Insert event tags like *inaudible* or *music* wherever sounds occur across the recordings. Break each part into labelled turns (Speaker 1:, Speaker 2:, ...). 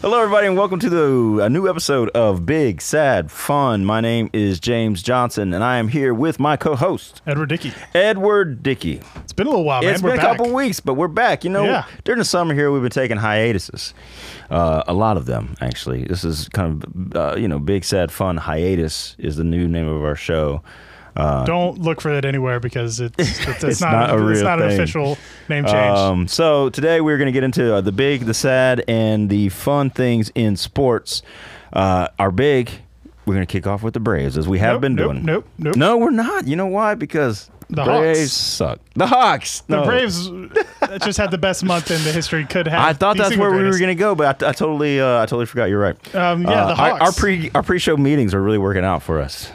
Speaker 1: Hello, everybody, and welcome to the, a new episode of Big Sad Fun. My name is James Johnson, and I am here with my co-host
Speaker 2: Edward Dickey.
Speaker 1: Edward Dickey.
Speaker 2: It's been a little while, Oh, man.
Speaker 1: It's
Speaker 2: We're
Speaker 1: been a
Speaker 2: back.
Speaker 1: couple weeks, but we're back. You know,
Speaker 2: Yeah.
Speaker 1: during the summer here, we've been taking hiatuses, uh, a lot of them actually. This is kind of uh, you know, big sad fun hiatus is the new name of our show.
Speaker 2: Don't look for that anywhere
Speaker 1: *laughs*
Speaker 2: because it's it's, it's,
Speaker 1: It's
Speaker 2: not,
Speaker 1: not a
Speaker 2: it's
Speaker 1: real
Speaker 2: not an
Speaker 1: thing.
Speaker 2: official name change.
Speaker 1: Um, so today we're going to get into uh, the big, the sad, and the fun things in sports. Uh, our big, we're going to kick off with the Braves as we have
Speaker 2: Nope,
Speaker 1: been
Speaker 2: nope,
Speaker 1: doing.
Speaker 2: nope, nope.
Speaker 1: No, we're not. You know why? Because
Speaker 2: The
Speaker 1: Braves
Speaker 2: Hawks.
Speaker 1: suck. The Hawks.
Speaker 2: the
Speaker 1: No.
Speaker 2: Braves uh, just had the best month in the history could have.
Speaker 1: I thought
Speaker 2: the
Speaker 1: that's
Speaker 2: single
Speaker 1: where we were
Speaker 2: greatest.
Speaker 1: going to go, but I, I totally, uh, I totally forgot. You're right.
Speaker 2: Um, yeah,
Speaker 1: Uh,
Speaker 2: the
Speaker 1: our-
Speaker 2: Hawks.
Speaker 1: Our, pre, our pre-show meetings are really working out for us.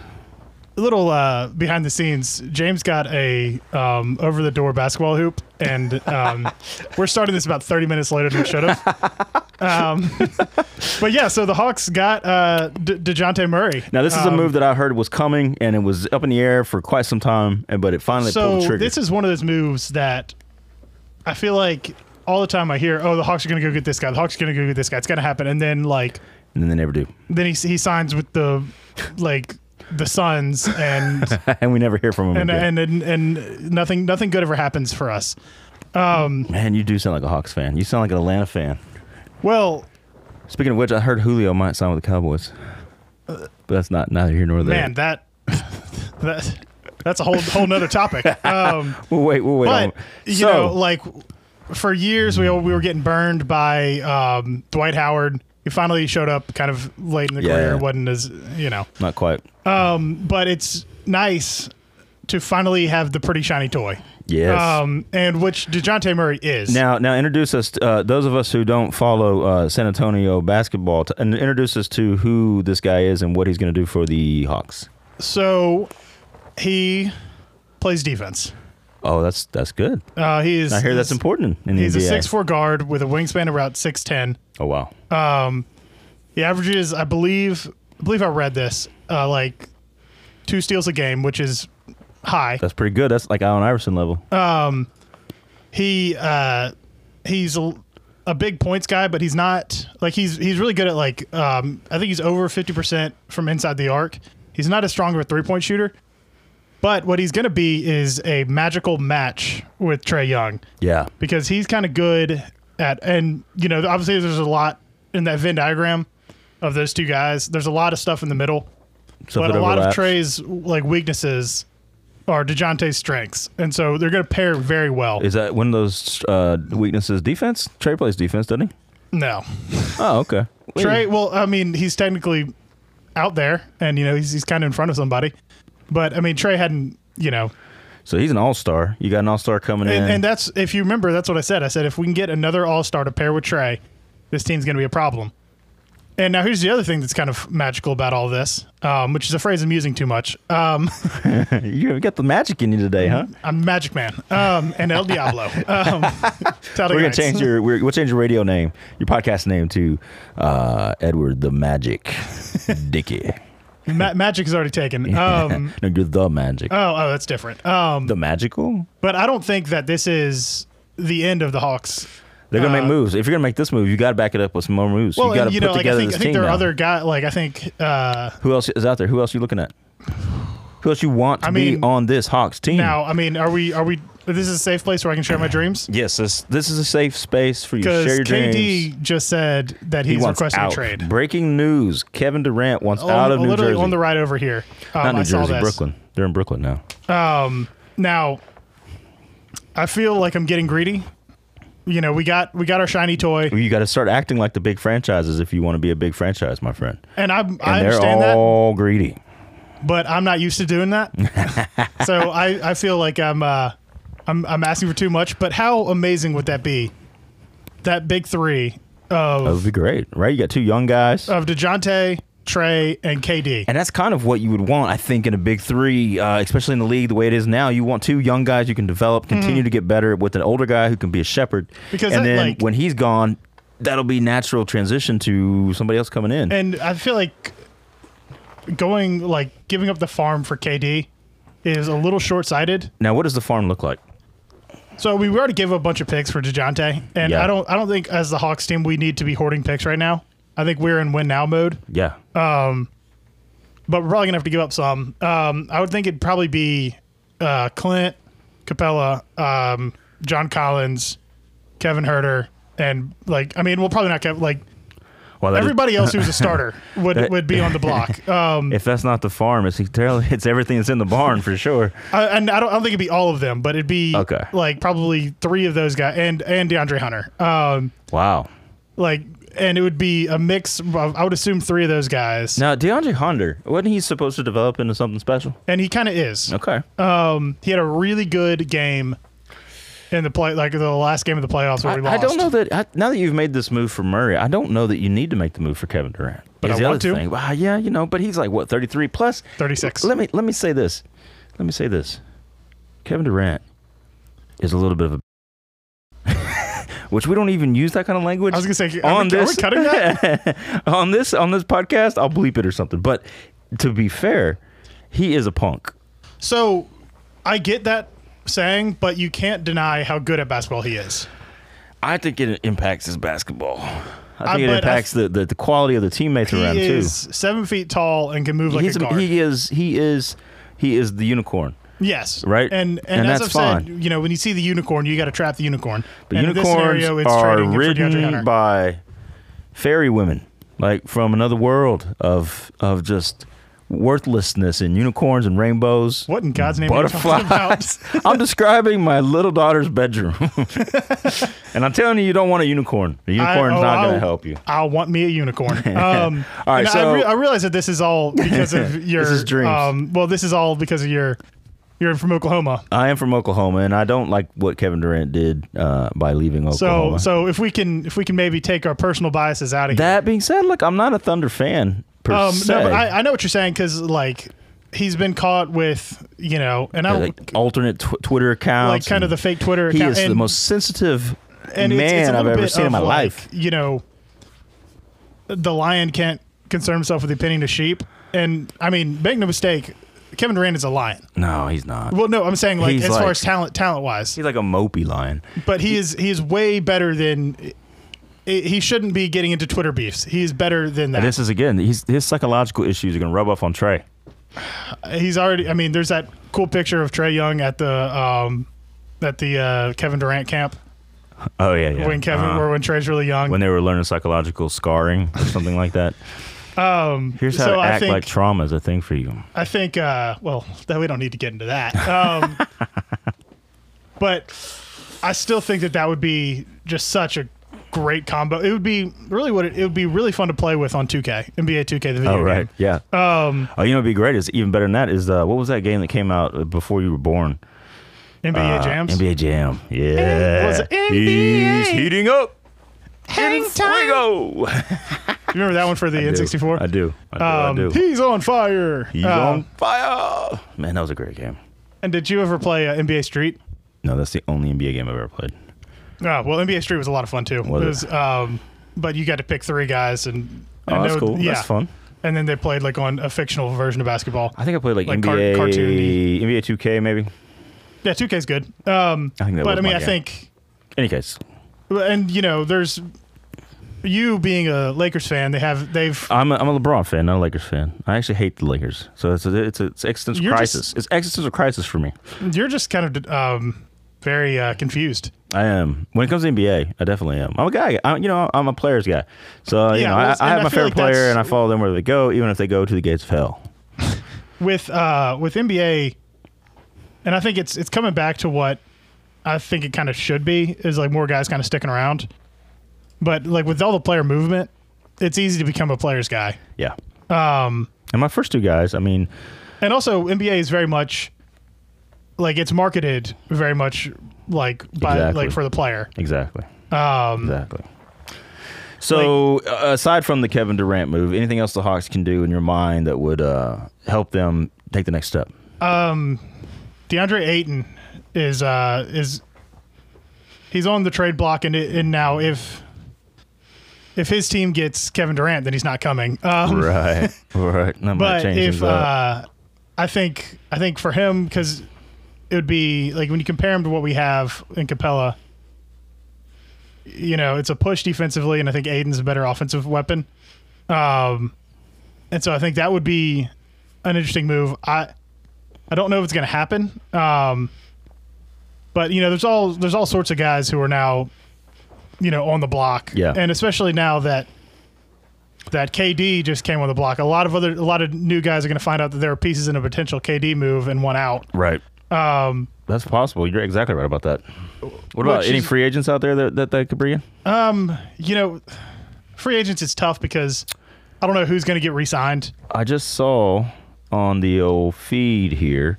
Speaker 2: A little uh, behind the scenes. James got a um, over the door basketball hoop, and
Speaker 1: *laughs*
Speaker 2: um, we're starting this about 30 minutes later than we should have.
Speaker 1: *laughs*
Speaker 2: Um, *laughs* but yeah, so the Hawks got uh, D- Dejounte Murray.
Speaker 1: Now, this is a
Speaker 2: Um,
Speaker 1: move that I heard was coming, and it was up in the air for quite some time, and but it finally pulled the
Speaker 2: so
Speaker 1: trigger.
Speaker 2: this is one of those moves that I feel like all the time I hear, "Oh, the Hawks are going to go get this guy. The Hawks are going to go get this guy. It's going to happen." And then like
Speaker 1: and then they never do, *laughs*
Speaker 2: then he he signs with the like the Suns
Speaker 1: *laughs*
Speaker 2: and
Speaker 1: and we never hear from them
Speaker 2: and,
Speaker 1: again.
Speaker 2: and and and nothing nothing good ever happens for us.
Speaker 1: Man, you do sound like a Hawks fan. You sound like an Atlanta fan.
Speaker 2: Well,
Speaker 1: Speaking of which, I heard Julio might sign with the Cowboys, but that's not neither here nor there.
Speaker 2: Uh, man, that *laughs* that that's a whole whole nother topic.
Speaker 1: *laughs*
Speaker 2: Um,
Speaker 1: we'll wait, we'll wait.
Speaker 2: but
Speaker 1: on-
Speaker 2: you
Speaker 1: so,
Speaker 2: know, like for years we we were getting burned by um, Dwight Howard. He finally showed up kind of late in the
Speaker 1: Yeah.
Speaker 2: career. wasn't as you know, Um,
Speaker 1: not quite.
Speaker 2: but it's nice to finally have the pretty shiny toy.
Speaker 1: Yes.
Speaker 2: Um, and which Dejounte Murray is.
Speaker 1: now, now introduce us. To, uh, those of us who don't follow uh, San Antonio basketball, to, and introduce us to who this guy is and what he's going to do for the Hawks.
Speaker 2: So he plays defense.
Speaker 1: Oh, that's that's good.
Speaker 2: Uh, he is.
Speaker 1: I hear that's
Speaker 2: he's-
Speaker 1: important in the
Speaker 2: He's a
Speaker 1: NBA.
Speaker 2: six four guard with a wingspan of about six ten.
Speaker 1: Oh wow.
Speaker 2: He averages, I believe, I believe I read this, uh, like two steals a game, which is high.
Speaker 1: That's pretty good. That's like Allen Iverson level.
Speaker 2: Uh, he uh he's a, a big points guy but he's not like he's he's really good at like um i think he's over 50% from inside the arc he's not as strong of a three-point shooter but what he's going to be is a magical match with trey young
Speaker 1: yeah.
Speaker 2: because he's kind of good at and you know obviously there's a lot in that venn diagram of those two guys there's a lot of stuff in the middle
Speaker 1: So
Speaker 2: but
Speaker 1: if it
Speaker 2: a lot of
Speaker 1: overlaps-
Speaker 2: trey's like weaknesses are DeJounte's strengths. And so they're going to pair very well.
Speaker 1: Is that one of those uh, weaknesses? Defense. Trey plays defense, doesn't he?
Speaker 2: no.
Speaker 1: Oh, okay.
Speaker 2: Trey, well, I mean, he's technically out there, and you know, he's he's kind of in front of somebody. But I mean, Trey hadn't, you know,
Speaker 1: So he's an all star. You got an all star coming
Speaker 2: and,
Speaker 1: in.
Speaker 2: and that's if you remember, that's what I said. I said if we can get another All Star to pair with Trey, this team's going to be a problem. And now here's the other thing that's kind of magical about all this, um, which is a phrase I'm using too much. Um, *laughs*
Speaker 1: you got the magic in you today, huh?
Speaker 2: I'm Magic Man um, and El Diablo. Um,
Speaker 1: We're
Speaker 2: *laughs*
Speaker 1: gonna change your we're, we'll change your radio name, your podcast name to uh, Edward the Magic Dickey.
Speaker 2: Ma- Magic is
Speaker 1: *laughs*
Speaker 2: already taken. *laughs* Um,
Speaker 1: no, you're the Magic,
Speaker 2: oh, oh, that's different. Um,
Speaker 1: the Magical.
Speaker 2: but I don't think that this is the end of the Hawks
Speaker 1: They're gonna
Speaker 2: uh,
Speaker 1: make moves. If you're gonna make this move, you got to back it up with some more moves.
Speaker 2: Well,
Speaker 1: you got
Speaker 2: and
Speaker 1: to
Speaker 2: you
Speaker 1: put
Speaker 2: know, like I
Speaker 1: together
Speaker 2: think, I
Speaker 1: this
Speaker 2: think
Speaker 1: team.
Speaker 2: there are
Speaker 1: now.
Speaker 2: other guys. Like I think, uh,
Speaker 1: Who else is out there? Who else are you looking at? Who else you want to
Speaker 2: I
Speaker 1: be
Speaker 2: mean,
Speaker 1: on this Hawks team?
Speaker 2: now I mean, are we? Are we? This is a safe place where I
Speaker 1: *sighs*
Speaker 2: can share my dreams
Speaker 1: yes, this this is a safe space for you to
Speaker 2: because
Speaker 1: share your
Speaker 2: KD
Speaker 1: dreams.
Speaker 2: just said that
Speaker 1: He
Speaker 2: he's
Speaker 1: wants
Speaker 2: requesting
Speaker 1: out.
Speaker 2: a trade.
Speaker 1: Breaking news: Kevin Durant wants
Speaker 2: On-
Speaker 1: out of New
Speaker 2: literally
Speaker 1: Jersey.
Speaker 2: on the right over here. Um,
Speaker 1: Not New
Speaker 2: I saw
Speaker 1: Jersey,
Speaker 2: this.
Speaker 1: Brooklyn. They're in Brooklyn now.
Speaker 2: Now, I feel like I'm getting greedy. You know, we got we got our shiny toy,
Speaker 1: You got to start acting like the big franchises if you want to be a big franchise, my friend.
Speaker 2: and I'm
Speaker 1: And
Speaker 2: I
Speaker 1: they're
Speaker 2: understand that,
Speaker 1: all greedy.
Speaker 2: but I'm not used to
Speaker 1: *laughs*
Speaker 2: doing that. so I I feel like I'm uh I'm I'm asking for too much. But how amazing would that be? That big three of
Speaker 1: That would be great, right? You got two young guys,
Speaker 2: of DeJounte, Trey, and KD.
Speaker 1: and that's kind of what you would want, I think, in a big three, uh, especially in the league the way it is now. You want two young guys you can develop, continue to get better with an older guy who can be a shepherd.
Speaker 2: Hmm. Because
Speaker 1: and
Speaker 2: that,
Speaker 1: then
Speaker 2: like-
Speaker 1: when he's gone, that'll be natural transition to somebody else coming in.
Speaker 2: And I feel like going like giving up the farm for KD is a little short sighted.
Speaker 1: now, what does the farm look like?
Speaker 2: So we already gave a bunch of picks for DeJounte. And
Speaker 1: Yeah.
Speaker 2: I don't I don't think as the Hawks team we need to be hoarding picks right now. I think we're in win now mode,
Speaker 1: Yeah.
Speaker 2: Uh, but we're probably gonna have to give up some. Um, I would think it'd probably be uh, Clint, Capella, um, John Collins, Kevin Herter, and like I mean, we'll probably not Kevin like
Speaker 1: well, that is-
Speaker 2: everybody else who's a starter would would be on the block. Um,
Speaker 1: if that's not the farm, it's terrible. It's everything that's in the barn for
Speaker 2: *laughs*
Speaker 1: sure.
Speaker 2: I, and I don't, I don't think it'd be all of them, but it'd be
Speaker 1: Okay.
Speaker 2: like probably three of those guys and and DeAndre Hunter. Um,
Speaker 1: Wow.
Speaker 2: like, and it would be a mix. Of, I would assume three of those guys,
Speaker 1: Now DeAndre Hunter, wasn't he supposed to develop into something special?
Speaker 2: and he kind of is.
Speaker 1: Okay.
Speaker 2: Um, he had a really good game in the play, like the last game of the playoffs where
Speaker 1: I,
Speaker 2: we lost.
Speaker 1: I don't know that. I, now that you've made this move for Murray, I don't know that you need to make the move for Kevin Durant.
Speaker 2: But
Speaker 1: Is
Speaker 2: I
Speaker 1: the
Speaker 2: want
Speaker 1: other
Speaker 2: to.
Speaker 1: thing. Well, yeah, you know, but he's like what thirty three plus
Speaker 2: 36.
Speaker 1: Let me let me say this. Let me say this. Kevin Durant is a little bit of a *laughs* which we don't even use that kind of language.
Speaker 2: I was gonna say, are we- are we cutting
Speaker 1: *laughs* on this on this podcast, I'll bleep it or something. But to be fair, he is a punk.
Speaker 2: So, I get that saying, but you can't deny how good at basketball he is.
Speaker 1: I think it impacts his basketball. I
Speaker 2: I
Speaker 1: think it
Speaker 2: bet I-
Speaker 1: impacts the, the, the quality of the teammates
Speaker 2: He
Speaker 1: around him,
Speaker 2: is seven feet tall and can move
Speaker 1: too.
Speaker 2: like
Speaker 1: He's
Speaker 2: a guard.
Speaker 1: he is he is he is the unicorn.
Speaker 2: Yes.
Speaker 1: Right?
Speaker 2: And and,
Speaker 1: And
Speaker 2: as
Speaker 1: that's
Speaker 2: I've said,
Speaker 1: fine.
Speaker 2: you know, when you see the unicorn, you got to trap the unicorn.
Speaker 1: But
Speaker 2: and
Speaker 1: unicorns
Speaker 2: in this scenario, it's
Speaker 1: are
Speaker 2: trading it for DeAndre Hunter.
Speaker 1: ridden by fairy women, like from another world of of just worthlessness and unicorns and rainbows.
Speaker 2: what in God's name are you talking
Speaker 1: Butterflies. *laughs*
Speaker 2: about?
Speaker 1: I'm describing my little daughter's bedroom, *laughs* and I'm telling you, you don't want a unicorn. The unicorn's
Speaker 2: oh,
Speaker 1: not going to
Speaker 2: I'll-
Speaker 1: help you.
Speaker 2: I want me a
Speaker 1: *laughs*
Speaker 2: unicorn. Um,
Speaker 1: All right,
Speaker 2: and
Speaker 1: so-
Speaker 2: I, re- I realize that this
Speaker 1: *laughs*
Speaker 2: is all because of your
Speaker 1: is dreams.
Speaker 2: Um, well, this is all because of your. You're from Oklahoma,
Speaker 1: I am from Oklahoma, and I don't like what Kevin Durant did uh, by leaving
Speaker 2: so
Speaker 1: Oklahoma.
Speaker 2: so if we can if we can maybe take our personal biases out of here.
Speaker 1: that being said, look, I'm not a Thunder fan per
Speaker 2: Um,
Speaker 1: se.
Speaker 2: no, but I, I know what you're saying because like he's been caught with you know, and I
Speaker 1: like alternate tw- Twitter accounts,
Speaker 2: like kind of
Speaker 1: and-
Speaker 2: the fake Twitter
Speaker 1: He
Speaker 2: account.
Speaker 1: is the
Speaker 2: and-
Speaker 1: most sensitive
Speaker 2: and
Speaker 1: man
Speaker 2: it's, it's a
Speaker 1: I've
Speaker 2: little
Speaker 1: ever
Speaker 2: bit
Speaker 1: seen in
Speaker 2: of
Speaker 1: my
Speaker 2: like,
Speaker 1: life.
Speaker 2: You know, the lion can't concern himself with the opinion of sheep. And I mean, make no mistake, Kevin Durant is a lion.
Speaker 1: No, he's not.
Speaker 2: Well, no, I'm saying like
Speaker 1: He's
Speaker 2: as
Speaker 1: like-
Speaker 2: far as talent, talent wise,
Speaker 1: He's like a mopey lion.
Speaker 2: but he is he is way better than. He shouldn't be getting into Twitter beefs. He is better than that.
Speaker 1: This is again. He's, his psychological issues are gonna rub off on Trey.
Speaker 2: he's already. I mean, there's that cool picture of Trey Young at the um, at the uh, Kevin Durant camp
Speaker 1: Oh yeah, yeah.
Speaker 2: when Kevin
Speaker 1: Uh,
Speaker 2: or when Trey's really young.
Speaker 1: when they were learning psychological scarring or something like
Speaker 2: *laughs*
Speaker 1: that. Um, Here's how
Speaker 2: so
Speaker 1: to
Speaker 2: I
Speaker 1: act
Speaker 2: think-
Speaker 1: like trauma is a thing for you.
Speaker 2: I think. Uh, well, that we don't need to get into that.
Speaker 1: *laughs*
Speaker 2: Um, but I still think that that would be just such a great combo. It would be really what it, it would be really fun to play with on 2K, NBA 2K, the video
Speaker 1: Oh right,
Speaker 2: game.
Speaker 1: yeah. Um, oh, you know, what'd be great is even better than that is uh, what was that game that came out uh, before you were born?
Speaker 2: NBA
Speaker 1: Uh,
Speaker 2: Jams.
Speaker 1: NBA Jam. Yeah.
Speaker 2: was it NBA?
Speaker 1: He's heating up.
Speaker 2: Hang You
Speaker 1: Fuego.
Speaker 2: remember that one for the N64?
Speaker 1: I do. Oh, I
Speaker 2: Um,
Speaker 1: do. I do.
Speaker 2: He's on fire.
Speaker 1: He's
Speaker 2: Um,
Speaker 1: on fire. Man, that was a great game.
Speaker 2: And did you ever play uh, NBA Street?
Speaker 1: No, that's the only NBA game I've ever played.
Speaker 2: Oh, well, NBA Street was a lot of fun too.
Speaker 1: Was
Speaker 2: it
Speaker 1: it?
Speaker 2: was, um, but you got to pick three guys, and
Speaker 1: Oh,
Speaker 2: I
Speaker 1: that's
Speaker 2: know-
Speaker 1: cool.
Speaker 2: Yeah,
Speaker 1: That's fun.
Speaker 2: And then they played like on a fictional version of basketball.
Speaker 1: I think I played like,
Speaker 2: Like car-
Speaker 1: NBA,
Speaker 2: cartoony.
Speaker 1: NBA 2K maybe.
Speaker 2: Yeah, 2K's good. Um,
Speaker 1: I think that
Speaker 2: but
Speaker 1: was
Speaker 2: I mean,
Speaker 1: my
Speaker 2: I
Speaker 1: game.
Speaker 2: think,
Speaker 1: Any case,
Speaker 2: and you know, there's you being a Lakers fan. They have they've.
Speaker 1: I'm a, I'm a LeBron fan, not a Lakers fan. I actually hate the Lakers, so it's a, it's a, it's existential
Speaker 2: You're
Speaker 1: crisis.
Speaker 2: just-
Speaker 1: it's existential crisis for me.
Speaker 2: You're just kind of um, very uh, confused.
Speaker 1: I am when it comes to NBA, I definitely am. I'm a guy. I'm, you know, I'm a players guy. So you
Speaker 2: Yeah,
Speaker 1: know,
Speaker 2: well,
Speaker 1: I,
Speaker 2: it's-
Speaker 1: I
Speaker 2: and
Speaker 1: have
Speaker 2: I
Speaker 1: my
Speaker 2: feel
Speaker 1: favorite
Speaker 2: like that's-
Speaker 1: player, and I follow them where they go, even if they go to the gates of hell.
Speaker 2: with uh with NBA, and I think it's it's coming back to what I think it kind of should be is like more guys kind of sticking around, but like with all the player movement, it's easy to become a player's guy.
Speaker 1: Yeah. Um. And my first two guys, I mean,
Speaker 2: And also NBA is very much like it's marketed very much like by
Speaker 1: Exactly.
Speaker 2: like for the player.
Speaker 1: Exactly. Um, exactly. So, uh, aside from the Kevin Durant move, anything else the Hawks can do in your mind that would uh, help them take the next step? *laughs*
Speaker 2: DeAndre Ayton is uh is he's on the trade block and it, and now if if his team gets Kevin Durant, then he's not coming. Um,
Speaker 1: Right. right. That might
Speaker 2: but
Speaker 1: change
Speaker 2: if
Speaker 1: things up.
Speaker 2: uh, I think I think for him because it would be like when you compare him to what we have in Capella, you know, it's a push defensively, and I think Aiden's a better offensive weapon. Um, and so I think that would be an interesting move. I I don't know if it's going to happen. Um, but you know, there's all there's all sorts of guys who are now, you know, on the block.
Speaker 1: Yeah.
Speaker 2: And especially now that that KD just came on the block, a lot of other a lot of new guys are going to find out that there are pieces in a potential KD move and one out.
Speaker 1: Right.
Speaker 2: Um,
Speaker 1: That's possible. You're exactly right about that. What about
Speaker 2: Which
Speaker 1: any
Speaker 2: is-
Speaker 1: free agents out there that that, that could bring in?
Speaker 2: um, you know, free agents is tough because I don't know who's going to get re-signed.
Speaker 1: I just saw on the old feed here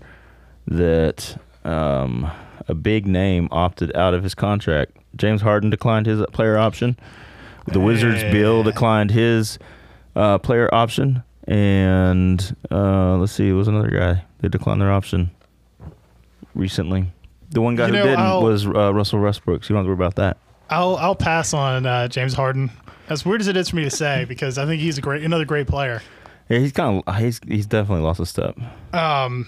Speaker 1: that um, a big name opted out of his contract. James Harden declined his player option. The Wizards Bill
Speaker 2: Eh.
Speaker 1: declined his uh, player option, and uh, let's see, it was another guy that declined their option recently. The one guy
Speaker 2: You
Speaker 1: who
Speaker 2: know,
Speaker 1: didn't
Speaker 2: I'll-
Speaker 1: was uh, Russell Westbrook. So you don't have to worry about that.
Speaker 2: I'll I'll pass on uh, James Harden. As weird as it is for me to say, because I think he's a great another great player.
Speaker 1: Yeah, he's kind of he's he's definitely lost a step.
Speaker 2: Um,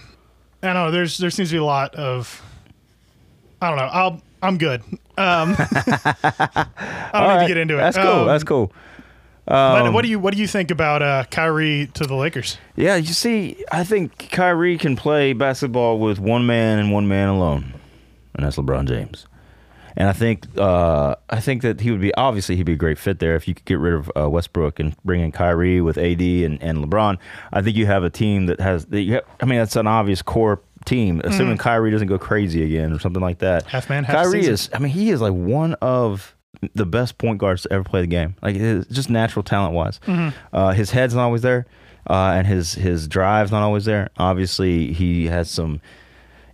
Speaker 2: I don't know. There's there seems to be a lot of I don't know. I'll I'm good. Um, *laughs* I don't need to get into it.
Speaker 1: That's cool.
Speaker 2: Um,
Speaker 1: that's cool.
Speaker 2: But what do you what do you think about uh, Kyrie to the Lakers?
Speaker 1: Yeah, you see, I think Kyrie can play basketball with one man and one man alone, and that's LeBron James. And I think uh, I think that he would be obviously he'd be a great fit there if you could get rid of uh, Westbrook and bring in Kyrie with AD and, and LeBron. I think you have a team that has that you have, I mean that's an obvious core team. Assuming Kyrie doesn't go crazy again or something like that.
Speaker 2: Mm-hmm. Half man, half
Speaker 1: Kyrie
Speaker 2: season.
Speaker 1: is I mean he is like one of the best point guards to ever play the game. Like his, just natural talent wise,
Speaker 2: Mm-hmm.
Speaker 1: uh, his head's not always there, uh, and his his drive's not always there. Obviously, he has some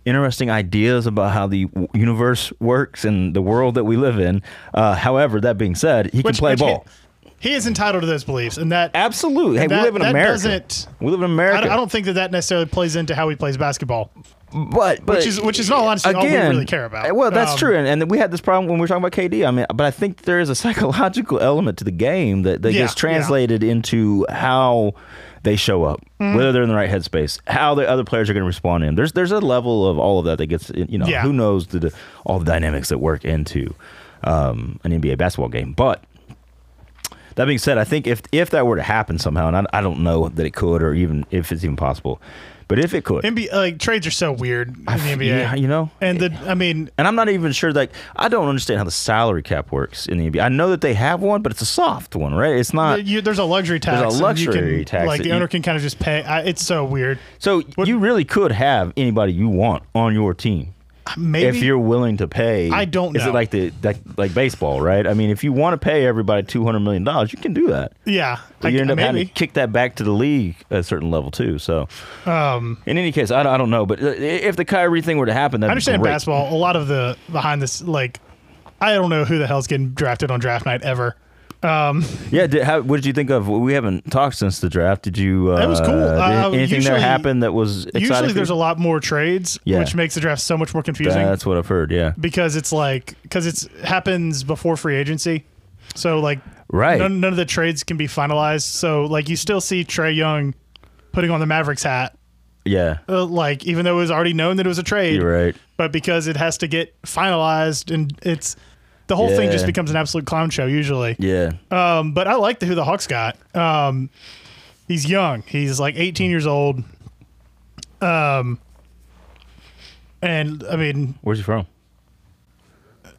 Speaker 1: interesting ideas about how the w- universe works and the world that we live in. Uh, however, that being said, he can play ball.
Speaker 2: He, he is entitled to those beliefs, and that
Speaker 1: Absolutely. Hey,
Speaker 2: that-
Speaker 1: we live in
Speaker 2: that
Speaker 1: America.
Speaker 2: doesn't-
Speaker 1: we live in
Speaker 2: I,
Speaker 1: America.
Speaker 2: I don't think that that necessarily plays into how he plays basketball.
Speaker 1: but, but
Speaker 2: Which is- which is in all honesty all we really care about.
Speaker 1: Well, that's
Speaker 2: Um,
Speaker 1: true, and, and we had this problem when we were talking about KD. I mean, but I think there is a psychological element to the game that, that
Speaker 2: Yeah,
Speaker 1: gets
Speaker 2: yeah.
Speaker 1: translated into how they show up,
Speaker 2: Mm-hmm.
Speaker 1: whether they're in the right headspace, how the other players are going to respond. In there's there's a level of all of that that gets you know
Speaker 2: Yeah.
Speaker 1: who knows the, all the dynamics that work into um, an NBA basketball game, but. That being said, I think if if that were to happen somehow, and I, I don't know that it could, or even if it's even possible, but if it could,
Speaker 2: NBA like trades are so weird in the NBA.
Speaker 1: yeah, you know,
Speaker 2: and the I mean,
Speaker 1: and I'm not even sure. Like, I don't understand how the salary cap works in the NBA. I know that they have one, but it's a soft one, right? It's not.
Speaker 2: you, there's a luxury tax.
Speaker 1: Uh, There's a
Speaker 2: and you
Speaker 1: luxury
Speaker 2: can,
Speaker 1: tax
Speaker 2: Like
Speaker 1: that
Speaker 2: the
Speaker 1: you-
Speaker 2: owner can kind of just pay. I, it's so weird.
Speaker 1: So you really could have anybody you want on your team
Speaker 2: Maybe
Speaker 1: if you're willing to pay.
Speaker 2: I don't
Speaker 1: Is it
Speaker 2: know.
Speaker 1: like the like, like baseball, right? I mean, if you want to pay everybody two hundred million dollars, you can do that.
Speaker 2: yeah.
Speaker 1: But
Speaker 2: I-
Speaker 1: you end up having
Speaker 2: maybe.
Speaker 1: to kick that back to the league at a certain level too. So, in any case, I, don't- I don't know. But uh, if the Kyrie thing were to happen, that
Speaker 2: Um. I understand
Speaker 1: great.
Speaker 2: basketball. A lot of the behind this, like, I don't know who the hell's getting drafted on draft night ever.
Speaker 1: Yeah, did, how, what did you think of? We haven't talked since the draft. Did you? Uh,
Speaker 2: It was cool.
Speaker 1: did
Speaker 2: Uh,
Speaker 1: anything
Speaker 2: usually-
Speaker 1: that happened that was exciting?
Speaker 2: Usually,
Speaker 1: for
Speaker 2: there's a
Speaker 1: you?
Speaker 2: lot more trades,
Speaker 1: Yeah.
Speaker 2: which makes the draft so much more confusing
Speaker 1: That's what I've heard. Yeah,
Speaker 2: because it's like because it's happens before free agency, so like
Speaker 1: Right.
Speaker 2: none, none of the trades can be finalized. So like you still see Trey Young putting on the Mavericks hat,
Speaker 1: yeah.
Speaker 2: uh, like even though it was already known that it was a trade,
Speaker 1: You're right.
Speaker 2: but because it has to get finalized and it's the whole thing
Speaker 1: Yeah.
Speaker 2: just becomes an absolute clown show usually.
Speaker 1: Yeah,
Speaker 2: Um, but I like the who the Hawks got. Um, he's young. He's like 18 years old. Um, and I mean,
Speaker 1: where's he from? *laughs*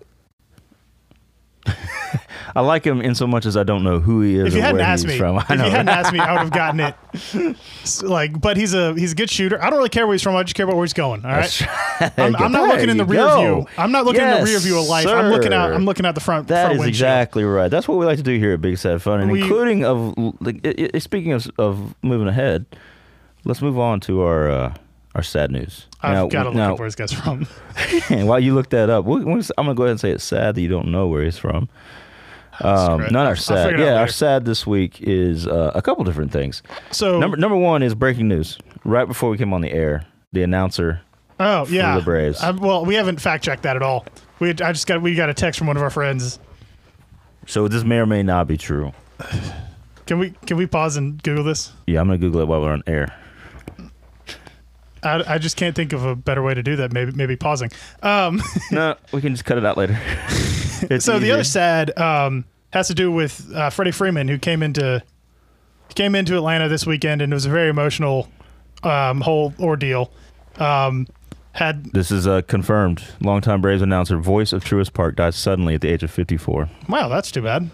Speaker 1: I like him in so much as I don't know who he is
Speaker 2: if you
Speaker 1: or
Speaker 2: hadn't
Speaker 1: where
Speaker 2: asked
Speaker 1: he's
Speaker 2: me,
Speaker 1: from. *laughs*
Speaker 2: if
Speaker 1: I
Speaker 2: you
Speaker 1: know.
Speaker 2: hadn't asked me, I would have
Speaker 1: *laughs*
Speaker 2: gotten it. S- Like, but he's a he's a good shooter. I don't really care where he's from. I just care about where he's going. All right. I'm, I'm not
Speaker 1: There
Speaker 2: looking in the
Speaker 1: you
Speaker 2: rear
Speaker 1: go.
Speaker 2: view. I'm not looking in
Speaker 1: Yes,
Speaker 2: the rear view of life. I'm looking out.
Speaker 1: sir.
Speaker 2: I'm looking out the front.
Speaker 1: That
Speaker 2: front
Speaker 1: is
Speaker 2: windshield.
Speaker 1: exactly right. That's what we like to do here at Big Sad Fun, and
Speaker 2: We-
Speaker 1: including of like, i i speaking of, of moving ahead, let's move on to our uh, our sad news.
Speaker 2: I've
Speaker 1: Now-
Speaker 2: got to look
Speaker 1: now- *laughs*
Speaker 2: up where this guy's from. *laughs*
Speaker 1: while you look that up, we we- I'm gonna go ahead and say it's sad that you don't know where he's from. Um,
Speaker 2: Screw it.
Speaker 1: not
Speaker 2: I'll
Speaker 1: our
Speaker 2: figure
Speaker 1: sad,
Speaker 2: it out
Speaker 1: yeah. Our
Speaker 2: later.
Speaker 1: sad this week is uh, a couple different things.
Speaker 2: So
Speaker 1: Number number one is breaking news. Right before we came on the air, the announcer
Speaker 2: Oh yeah,
Speaker 1: the Braves.
Speaker 2: Um, well, we haven't fact checked that at all. We had- I just got we got a text from one of our friends.
Speaker 1: So this may or may not be true.
Speaker 2: Can we can we pause and Google this?
Speaker 1: Yeah, I'm gonna Google it while we're on
Speaker 2: *laughs*
Speaker 1: air.
Speaker 2: I, I just can't think of a better way to do that. Maybe maybe pausing. Um,
Speaker 1: no, we can just cut it out later. *laughs* It's
Speaker 2: so the
Speaker 1: easier.
Speaker 2: other sad um, has to do with uh, Freddie Freeman, who came into He came into Atlanta this weekend and it was a very emotional um, whole ordeal. Um, had
Speaker 1: This is uh, confirmed. Longtime Braves announcer, voice of Truist Park, died suddenly at the age of 54.
Speaker 2: wow, that's too bad.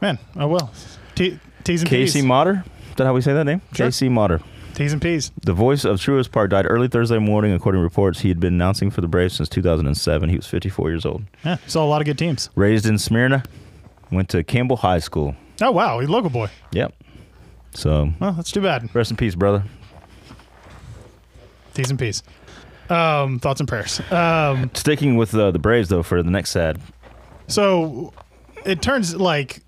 Speaker 2: Man, oh well. T- T's and
Speaker 1: Casey
Speaker 2: P's.
Speaker 1: Motter? Is that how we say that name?
Speaker 2: Sure.
Speaker 1: Casey Motter.
Speaker 2: T's and P's.
Speaker 1: The voice of Truist Park died early Thursday morning, according to reports. He had been announcing for the Braves since 2007. He was 54 years old.
Speaker 2: Yeah, saw a lot of good teams.
Speaker 1: Raised in Smyrna, went to Campbell High School.
Speaker 2: Oh wow, he's a local boy.
Speaker 1: Yep. So
Speaker 2: Well, that's too bad.
Speaker 1: rest in peace, brother.
Speaker 2: T's and P's. Um, thoughts and prayers. Um,
Speaker 1: Sticking with uh, the Braves though for the next sad.
Speaker 2: so it turns like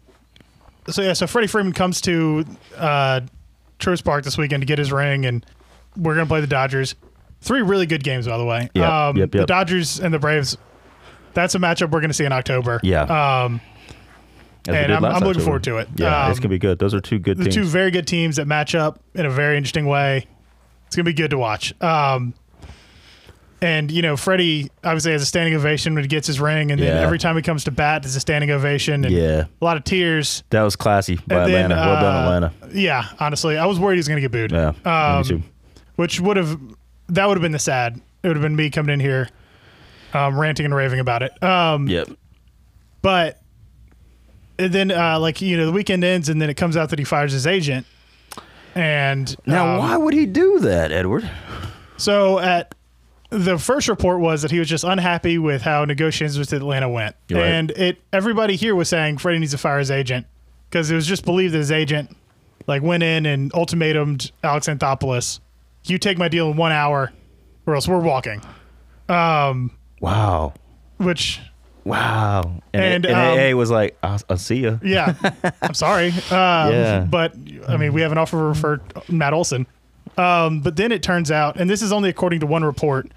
Speaker 2: so yeah. So Freddie Freeman comes to uh, Truist Park this weekend to get his ring, and we're gonna play the Dodgers. Three really good games, by the way.
Speaker 1: Yep,
Speaker 2: um,
Speaker 1: yep,
Speaker 2: The
Speaker 1: yep.
Speaker 2: Dodgers and the Braves. That's a matchup we're gonna see in October.
Speaker 1: Yeah.
Speaker 2: Um,
Speaker 1: as we
Speaker 2: And
Speaker 1: did
Speaker 2: I'm-
Speaker 1: last
Speaker 2: I'm looking
Speaker 1: October.
Speaker 2: forward to it.
Speaker 1: Yeah, it's
Speaker 2: Um,
Speaker 1: gonna be good. Those are two good
Speaker 2: the
Speaker 1: teams.
Speaker 2: two very good teams that match up in a very interesting way. It's gonna be good to watch. Um, and you know, Freddie obviously has a standing ovation when he gets his ring, and then
Speaker 1: Yeah.
Speaker 2: every time he comes to bat, there's a standing ovation and
Speaker 1: yeah,
Speaker 2: a lot of tears.
Speaker 1: that was classy by
Speaker 2: And then,
Speaker 1: Atlanta. well done,
Speaker 2: uh,
Speaker 1: Atlanta.
Speaker 2: Yeah, honestly, I was worried he was gonna get booed.
Speaker 1: Yeah, me
Speaker 2: um,
Speaker 1: too.
Speaker 2: which would have that would have been the sad. It would have been me coming in here, um, ranting and raving about it. Um,
Speaker 1: Yep.
Speaker 2: but and then uh, like you know, the weekend ends, and then it comes out that he fires his agent. And
Speaker 1: Now,
Speaker 2: um,
Speaker 1: why would he do that, Edward?
Speaker 2: So at the first report was that he was just unhappy with how negotiations with Atlanta went,
Speaker 1: You're right.
Speaker 2: and it everybody here was saying Freddie needs to fire his agent because it was just believed that his agent like went in and ultimatumed Alex Anthopoulos, you take my deal in one hour, or else we're walking.
Speaker 1: Wow.
Speaker 2: Which
Speaker 1: Wow.
Speaker 2: And,
Speaker 1: And, and
Speaker 2: um,
Speaker 1: AA was like, I'll, I'll see ya. *laughs*
Speaker 2: yeah, I'm sorry, um,
Speaker 1: Yeah.
Speaker 2: but I mean we have an offer for Matt Olson, um, but then it turns out, and this is only according to one report,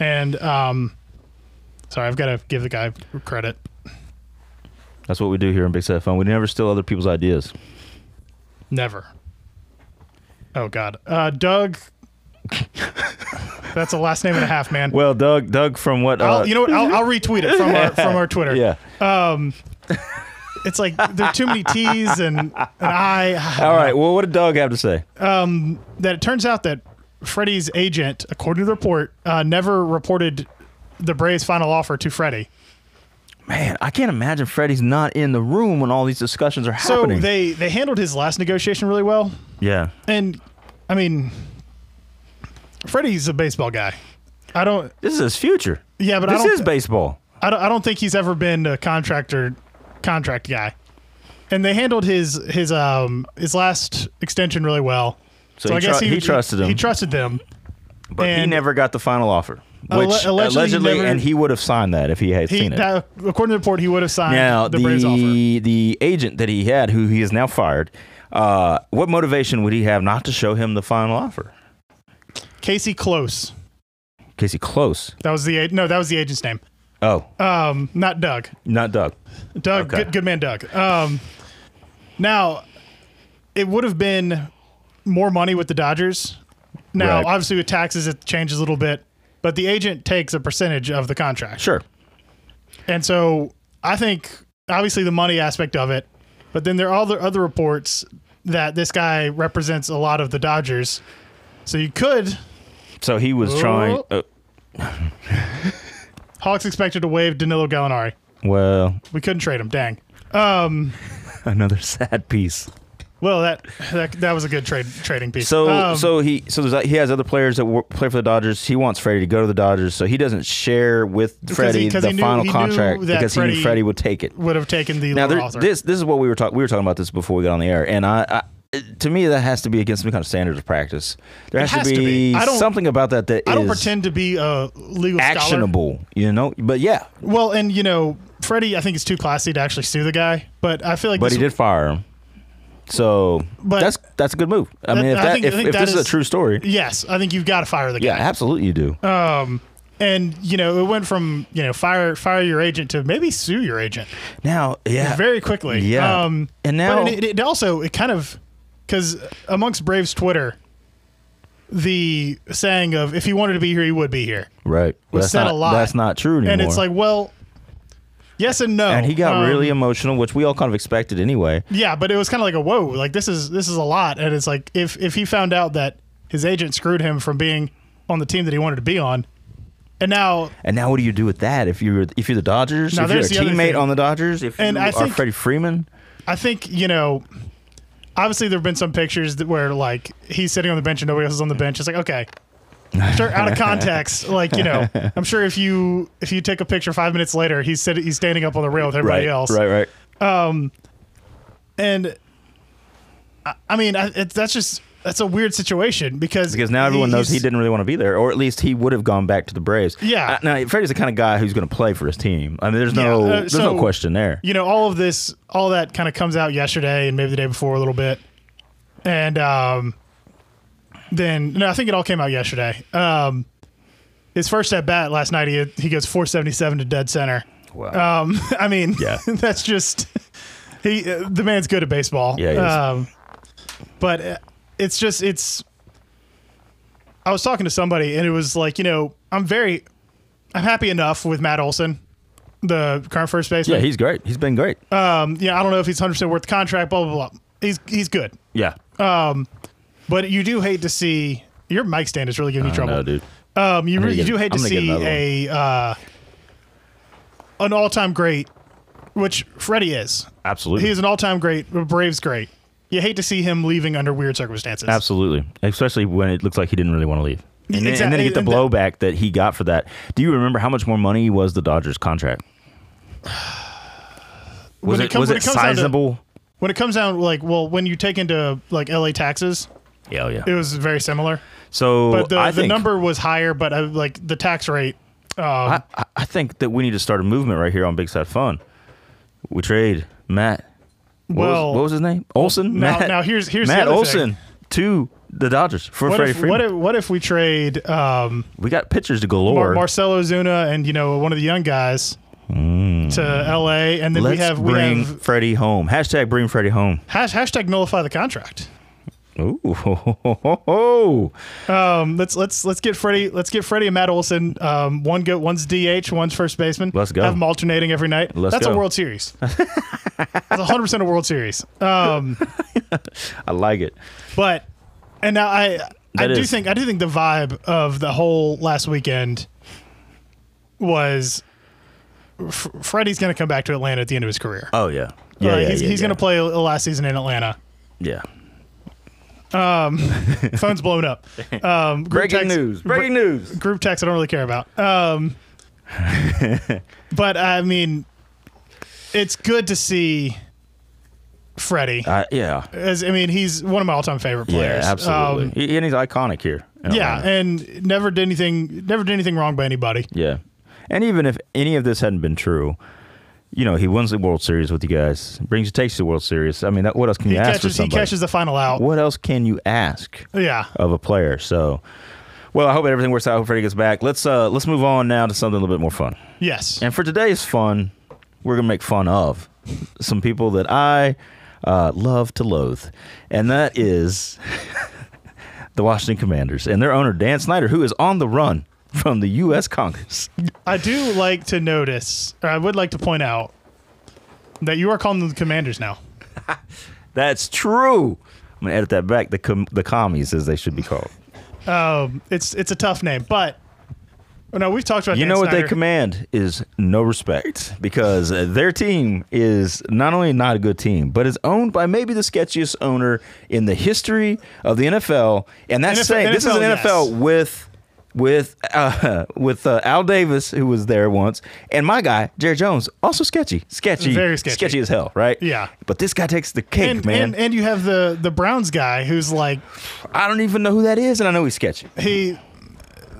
Speaker 2: and um, sorry, I've got to give the guy credit.
Speaker 1: That's what we do here in Big Set Fun. We never steal other people's ideas.
Speaker 2: Never. Oh God, uh, Doug. That's a last name and a half, man.
Speaker 1: Well, Doug, Doug from what? Uh,
Speaker 2: I'll, Oh, you know what? I'll, I'll retweet it from our
Speaker 1: *laughs*
Speaker 2: from our Twitter.
Speaker 1: yeah.
Speaker 2: It's like there are too many T's and an I.
Speaker 1: All right. Well, what did Doug have to say?
Speaker 2: That it turns out that Freddie's agent, according to the report, uh, never reported the Braves' final offer to Freddie.
Speaker 1: Man, I can't imagine Freddie's not in the room when all these discussions are
Speaker 2: So
Speaker 1: happening.
Speaker 2: they they handled his last negotiation really well,
Speaker 1: yeah.
Speaker 2: and I mean, Freddie's a baseball guy. I don't.
Speaker 1: This is his future.
Speaker 2: Yeah, but I
Speaker 1: this
Speaker 2: don't.
Speaker 1: is baseball.
Speaker 2: I don't, I don't think he's ever been a contractor contract guy. And they handled his his um his last extension really well.
Speaker 1: So, he, tru- he, trusted him,
Speaker 2: He trusted them.
Speaker 1: but he
Speaker 2: and-
Speaker 1: never got the final offer, which
Speaker 2: Alle- allegedly he
Speaker 1: allegedly,
Speaker 2: never-
Speaker 1: and he would have signed that if he had
Speaker 2: He
Speaker 1: seen it.
Speaker 2: that, according to the report, he would have signed
Speaker 1: now
Speaker 2: the,
Speaker 1: the
Speaker 2: Braves offer.
Speaker 1: the agent that he had, who he is now fired, uh, what motivation would he have not to show him the final offer?
Speaker 2: Casey Close.
Speaker 1: Casey Close.
Speaker 2: That was the a- no, that was the agent's name.
Speaker 1: Oh,
Speaker 2: Um, not Doug.
Speaker 1: not Doug.
Speaker 2: Doug,
Speaker 1: Okay.
Speaker 2: good, good man, Doug. Um, now, it would have been more money with the Dodgers. Now,
Speaker 1: Right.
Speaker 2: obviously, with taxes, it changes a little bit, but the agent takes a percentage of the contract.
Speaker 1: Sure.
Speaker 2: And so I think obviously the money aspect of it, but then there are other other reports that this guy represents a lot of the Dodgers. So you could
Speaker 1: So he
Speaker 2: Oh.
Speaker 1: was trying. Uh,
Speaker 2: Hawks expected to waive Danilo Gallinari.
Speaker 1: well, *laughs*
Speaker 2: We couldn't trade him. Dang.
Speaker 1: another sad piece.
Speaker 2: Well, that that, that was a good trade trading piece.
Speaker 1: So
Speaker 2: Um,
Speaker 1: so he so there's, uh, he has other players that wor- play for the Dodgers. He wants Freddie to go to the Dodgers, so he doesn't share with Freddie
Speaker 2: 'cause
Speaker 1: the
Speaker 2: he knew-
Speaker 1: final
Speaker 2: he knew
Speaker 1: contract
Speaker 2: that
Speaker 1: because he
Speaker 2: Freddie-
Speaker 1: knew Freddie would take it.
Speaker 2: would have taken the
Speaker 1: Now
Speaker 2: lower
Speaker 1: there,
Speaker 2: offer.
Speaker 1: this this is what we were talking we were talking about this before we got on the air, and I, I to me that has to be against some kind of standard of practice. There has,
Speaker 2: has
Speaker 1: to
Speaker 2: to
Speaker 1: be,
Speaker 2: be. I don't-
Speaker 1: something about that that
Speaker 2: I don't
Speaker 1: is
Speaker 2: pretend to be a legal scholar.
Speaker 1: actionable, you know. But yeah,
Speaker 2: Well, and you know, Freddie, I think is too classy to actually sue the guy. But I feel like
Speaker 1: but
Speaker 2: this
Speaker 1: he did fire him, so
Speaker 2: But-
Speaker 1: that's that's a good move. I mean, if
Speaker 2: I
Speaker 1: that
Speaker 2: think- I
Speaker 1: if,
Speaker 2: think
Speaker 1: if
Speaker 2: that
Speaker 1: this is a
Speaker 2: is-
Speaker 1: true story,
Speaker 2: Yes, I think you've got to fire the guy.
Speaker 1: yeah, absolutely you do.
Speaker 2: Uh, Um, and you know it went from you know fire fire your agent to maybe sue your agent
Speaker 1: now, yeah,
Speaker 2: very quickly
Speaker 1: Yeah.
Speaker 2: um
Speaker 1: And now-
Speaker 2: but it, it also it kind of because amongst braves twitter the saying of if he wanted to be here he would be here
Speaker 1: right.
Speaker 2: was
Speaker 1: that's
Speaker 2: said
Speaker 1: not,
Speaker 2: a lot
Speaker 1: That's not true anymore.
Speaker 2: and it's like well Yes and no.
Speaker 1: and he got
Speaker 2: Um,
Speaker 1: really emotional, which we all kind of expected anyway.
Speaker 2: Yeah, but it was kind of like a whoa, like this is this is a lot, and it's like if if he found out that his agent screwed him from being on the team that he wanted to be on, and now
Speaker 1: And now, what do you do with that? If you're if you're the Dodgers,
Speaker 2: Now,
Speaker 1: if you're a
Speaker 2: there's the other
Speaker 1: teammate
Speaker 2: thing.
Speaker 1: on the Dodgers, if
Speaker 2: And
Speaker 1: you
Speaker 2: I
Speaker 1: are
Speaker 2: think-
Speaker 1: Freddie Freeman,
Speaker 2: I think you know. Obviously, there have been some pictures that where like he's sitting on the bench and nobody else is on the bench. It's like okay, sure, out of context. Like you know, I'm sure if you if you take a picture five minutes later, he's sitting he's standing up on the rail with everybody else.
Speaker 1: right, right.
Speaker 2: and I, I mean, I, it, that's just that's a weird situation because
Speaker 1: Because now everyone knows he
Speaker 2: he's-
Speaker 1: didn't really want to be there, or at least he would have gone back to the Braves.
Speaker 2: Yeah.
Speaker 1: Uh, now Freddie's the kind of guy who's going to play for his team. I mean, there's no
Speaker 2: Yeah, uh,
Speaker 1: there's
Speaker 2: so-
Speaker 1: no question there.
Speaker 2: You know, all of this, all that kind of comes out yesterday and maybe the day before a little bit, and um, then no, I think it all came out yesterday. Um, his first at bat last night, he he goes 477 to dead center.
Speaker 1: Wow.
Speaker 2: Um, *laughs* I mean,
Speaker 1: Yeah.
Speaker 2: that's just he. Uh, the man's good at baseball.
Speaker 1: Yeah, he is.
Speaker 2: Um, but uh, it's just it's. I was talking to somebody, and it was like you know I'm very, I'm happy enough with Matt Olson, the current first baseman.
Speaker 1: yeah, he's great. He's been great.
Speaker 2: um, yeah, I don't know if he's 100 percent worth the contract. Blah blah blah. He's he's good,
Speaker 1: yeah.
Speaker 2: uh, but you do hate to see your mic stand is really giving you trouble.
Speaker 1: No, dude.
Speaker 2: Um, you
Speaker 1: gonna
Speaker 2: really you
Speaker 1: get-
Speaker 2: do hate to
Speaker 1: I'm gonna get
Speaker 2: see
Speaker 1: another
Speaker 2: a uh, an all time great, which Freddie is.
Speaker 1: Absolutely.
Speaker 2: He is an all time great, a Braves great. You hate to see him leaving under weird circumstances.
Speaker 1: Absolutely, especially when it looks like he didn't really want to leave, and then, and then
Speaker 2: Exactly,
Speaker 1: to get the
Speaker 2: and the-
Speaker 1: blowback that he got for that. Do you remember how much more money was the Dodgers
Speaker 2: *sighs*
Speaker 1: contract? Was
Speaker 2: When
Speaker 1: it,
Speaker 2: it come-
Speaker 1: was
Speaker 2: when
Speaker 1: it,
Speaker 2: it comes down to-
Speaker 1: sizable?
Speaker 2: When it comes down like well, when you take into like LA taxes,
Speaker 1: Yeah, yeah.
Speaker 2: it was very similar.
Speaker 1: so
Speaker 2: But the,
Speaker 1: I
Speaker 2: the
Speaker 1: think
Speaker 2: number was higher, but uh, like the tax rate.
Speaker 1: I, I- I think that we need to start a movement right here on Big Side Fun. We trade Matt. What,
Speaker 2: Well,
Speaker 1: was, what was his name? Olson.
Speaker 2: now-
Speaker 1: Matt.
Speaker 2: now here's- here's the
Speaker 1: Matt
Speaker 2: other thing.
Speaker 1: Olson to the Dodgers for
Speaker 2: what
Speaker 1: Freddie
Speaker 2: if,
Speaker 1: Freeman.
Speaker 2: what if what if we trade um,
Speaker 1: we got pitchers to galore.
Speaker 2: Mar- Marcelo Zuna and you know one of the young guys to LA, and then
Speaker 1: Let's
Speaker 2: we have we
Speaker 1: bring
Speaker 2: have
Speaker 1: Freddie home. Hashtag bring Freddie home.
Speaker 2: hash, hashtag nullify the contract.
Speaker 1: Ooh, ho, ho, ho, ho.
Speaker 2: Um, let's let's let's get Freddie let's get Freddie and Matt Olson. Um, one go one's DH, one's first baseman.
Speaker 1: Let's go.
Speaker 2: Have them alternating every night.
Speaker 1: Let's
Speaker 2: That's
Speaker 1: go.
Speaker 2: a World Series. *laughs* That's 100 percent a World Series. Um,
Speaker 1: *laughs* I like it.
Speaker 2: but and now I I
Speaker 1: That
Speaker 2: do
Speaker 1: is-
Speaker 2: think I do think the vibe of the whole last weekend was F- Freddie's going to come back to Atlanta at the end of his career.
Speaker 1: Oh yeah, yeah,
Speaker 2: Like,
Speaker 1: yeah
Speaker 2: Uh, he's
Speaker 1: yeah,
Speaker 2: he's
Speaker 1: yeah.
Speaker 2: going to play the last season in Atlanta.
Speaker 1: Yeah.
Speaker 2: Phone's
Speaker 1: *laughs*
Speaker 2: blown up. Um, group
Speaker 1: Breaking
Speaker 2: text-
Speaker 1: news. Breaking news.
Speaker 2: group text I don't really care about.
Speaker 1: *laughs*
Speaker 2: Um, but I mean, it's good to see Freddie.
Speaker 1: Uh, yeah.
Speaker 2: As I mean, he's one of my all-time favorite
Speaker 1: Yeah.
Speaker 2: players.
Speaker 1: Absolutely.
Speaker 2: Um,
Speaker 1: He- and he's iconic here. Uh, in
Speaker 2: yeah,
Speaker 1: Atlanta.
Speaker 2: and never did anything, never did anything wrong by anybody.
Speaker 1: yeah. And even if any of this hadn't been true, you know he wins the World Series with you guys. Brings you takes you to the World Series. I mean, that, what else can
Speaker 2: He
Speaker 1: you ask for
Speaker 2: catches, he
Speaker 1: somebody?
Speaker 2: catches the final out.
Speaker 1: what else can you ask
Speaker 2: Yeah,
Speaker 1: of a player? So, well, I hope everything works out. I hope Freddie gets back. Let's uh let's move on now to something a little bit more fun.
Speaker 2: yes,
Speaker 1: And for today's fun, we're gonna make fun of some people that I uh, love to loathe, and that is *laughs* the Washington Commanders and their owner Dan Snyder, who is on the run from the U.S. Congress.
Speaker 2: I do like to notice, or I would like to point out that you are calling them the Commanders now.
Speaker 1: That's true. I'm gonna edit that back. The com- the commies, as they should be called.
Speaker 2: Um, it's it's a tough name, but oh, no, we've talked about
Speaker 1: You
Speaker 2: Dan
Speaker 1: know what they
Speaker 2: Snyder.
Speaker 1: command is no respect because uh, their team is not only not a good team, but is owned by maybe the sketchiest owner in the history of the NFL. And that's
Speaker 2: NFL
Speaker 1: saying this is an
Speaker 2: yes.
Speaker 1: NFL with with uh, *laughs* with uh, Al Davis, who was there once, and my guy Jerry Jones, also sketchy, sketchy,
Speaker 2: Very sketchy.
Speaker 1: as hell, right?
Speaker 2: Yeah.
Speaker 1: But this guy takes the cake,
Speaker 2: and,
Speaker 1: man.
Speaker 2: and and you have the the Browns guy who's like
Speaker 1: I don't even know who that is, and I know he's sketchy.
Speaker 2: he.